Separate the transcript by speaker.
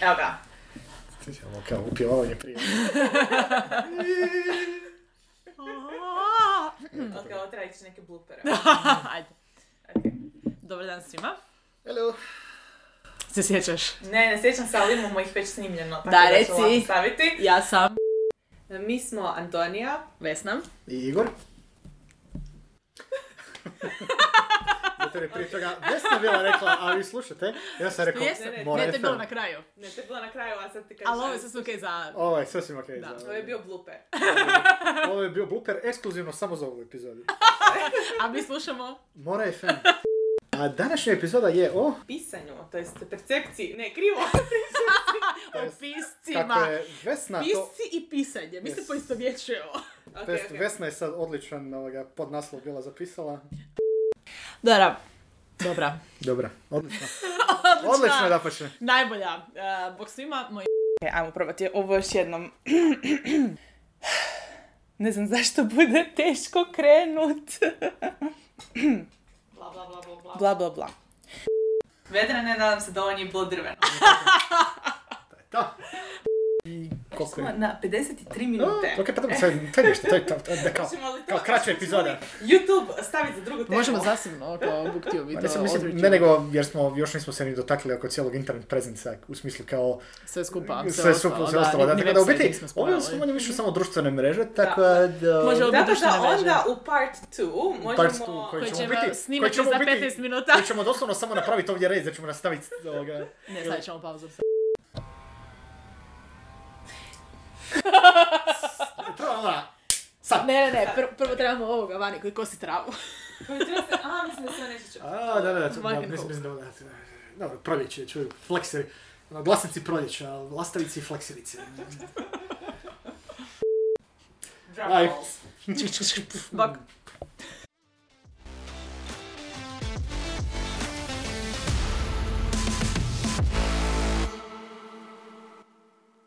Speaker 1: Evo ga.
Speaker 2: Ono kao upjevavanje prije.
Speaker 3: Hmm.
Speaker 1: Od kao treba ići neke blupere.
Speaker 3: Ajde.
Speaker 1: Okej.
Speaker 3: Dobar dan svima.
Speaker 2: Hello.
Speaker 3: Se sjećaš?
Speaker 1: Ne, ne sjećam se, ali imamo ih već snimljeno. Tako
Speaker 3: Da,
Speaker 1: da,
Speaker 3: reci.
Speaker 1: ću lako staviti.
Speaker 3: Ja sam.
Speaker 1: Mi smo Antonija.
Speaker 3: Vesna.
Speaker 2: I Igor. Zato je prije toga Vesna bila rekla, a vi slušate. Ja sam rekao,
Speaker 3: Jesam.
Speaker 1: Ne, ne,
Speaker 2: mora
Speaker 3: Ne, to je
Speaker 2: FM.
Speaker 3: bilo na kraju.
Speaker 1: Ne, to je bilo na kraju, a sad ti kažeš...
Speaker 3: Ali ove su sluke za...
Speaker 2: Ovo je sasvim okej.
Speaker 3: Da.
Speaker 2: za- ovaj.
Speaker 1: Ovo je bio bluper.
Speaker 2: Ovo je bio blooper ekskluzivno samo za ovu epizodu.
Speaker 3: A mi slušamo...
Speaker 2: Mora FM. A današnja epizoda je o...
Speaker 1: Pisanju, to jest percepciji. Ne, krivo.
Speaker 3: O
Speaker 2: jest, Kako
Speaker 3: piscima.
Speaker 2: je Vesna to...
Speaker 3: Pisci i pisanje. Mi se
Speaker 2: Yes.
Speaker 3: poistovjećujemo.
Speaker 1: Ok,
Speaker 2: To jest,
Speaker 1: ok.
Speaker 2: Vesna je sad odličan ovoga, podnaslov bila zapisala.
Speaker 3: Dobra. Dobra.
Speaker 2: Dobra, odlično. odlično da počne.
Speaker 3: Najbolja. Uh, bok svima, moj...
Speaker 1: Ok, E, ajmo probati ovo još jednom. ne znam zašto bude teško krenut. bla, bla, bla, bla, bla. Bla, bla, bla. Vedrane, nadam se da ovo nije bilo drveno.
Speaker 2: Da. I koliko
Speaker 1: Smo
Speaker 2: je?
Speaker 1: na 53
Speaker 2: No,
Speaker 1: minute.
Speaker 2: Ok, pa dobro, to je to je nešto, to je to, to je kao,
Speaker 1: Hoćemo li to-
Speaker 2: kao kraća epizoda.
Speaker 1: YouTube staviti za drugu temu.
Speaker 3: Možemo zasebno kao booktio
Speaker 2: Pa
Speaker 3: video.
Speaker 2: Ne, sam mislim,
Speaker 3: određeno.
Speaker 2: ne nego, jer smo, još nismo se ni dotakli oko cijelog internet prezenca, u smislu kao
Speaker 3: Sve skupa.
Speaker 2: sve su sve ostalo.
Speaker 3: ni-
Speaker 2: Da,
Speaker 3: ni
Speaker 2: tako da u
Speaker 3: website
Speaker 2: biti,
Speaker 3: nismo
Speaker 2: ovo
Speaker 3: spomenuli.
Speaker 2: su manje više samo društvene mreže, tako da...
Speaker 3: Može ovo
Speaker 1: Zato što
Speaker 3: biti društvene mreže.
Speaker 1: onda u part 2 možemo...
Speaker 2: Part two koji
Speaker 3: Koji
Speaker 2: ćemo
Speaker 3: ćemo
Speaker 2: biti, koji
Speaker 3: snimati
Speaker 2: ćemo
Speaker 3: za
Speaker 2: biti-
Speaker 3: 15 minuta.
Speaker 2: koji ćemo doslovno samo napraviti ovdje red, da ćemo nastaviti ovoga.
Speaker 3: Ne, stavit ćemo pauzu.
Speaker 2: Treba ona, sad.
Speaker 3: Ne, ne, ne, prvo, prvo trebamo ovoga vani koji kosi travu.
Speaker 1: Koji treba se- A, mislim da se neće čuti.
Speaker 2: A, da, da, da, da,
Speaker 3: Mark and
Speaker 2: mislim,
Speaker 3: Hope.
Speaker 2: mislim da, da, da, dobro, proljeće, čuju, flekseri, ono, glasnici proljeća, lastavici i flekserice.
Speaker 1: Drum
Speaker 2: Aj.
Speaker 1: rolls.
Speaker 3: Bak.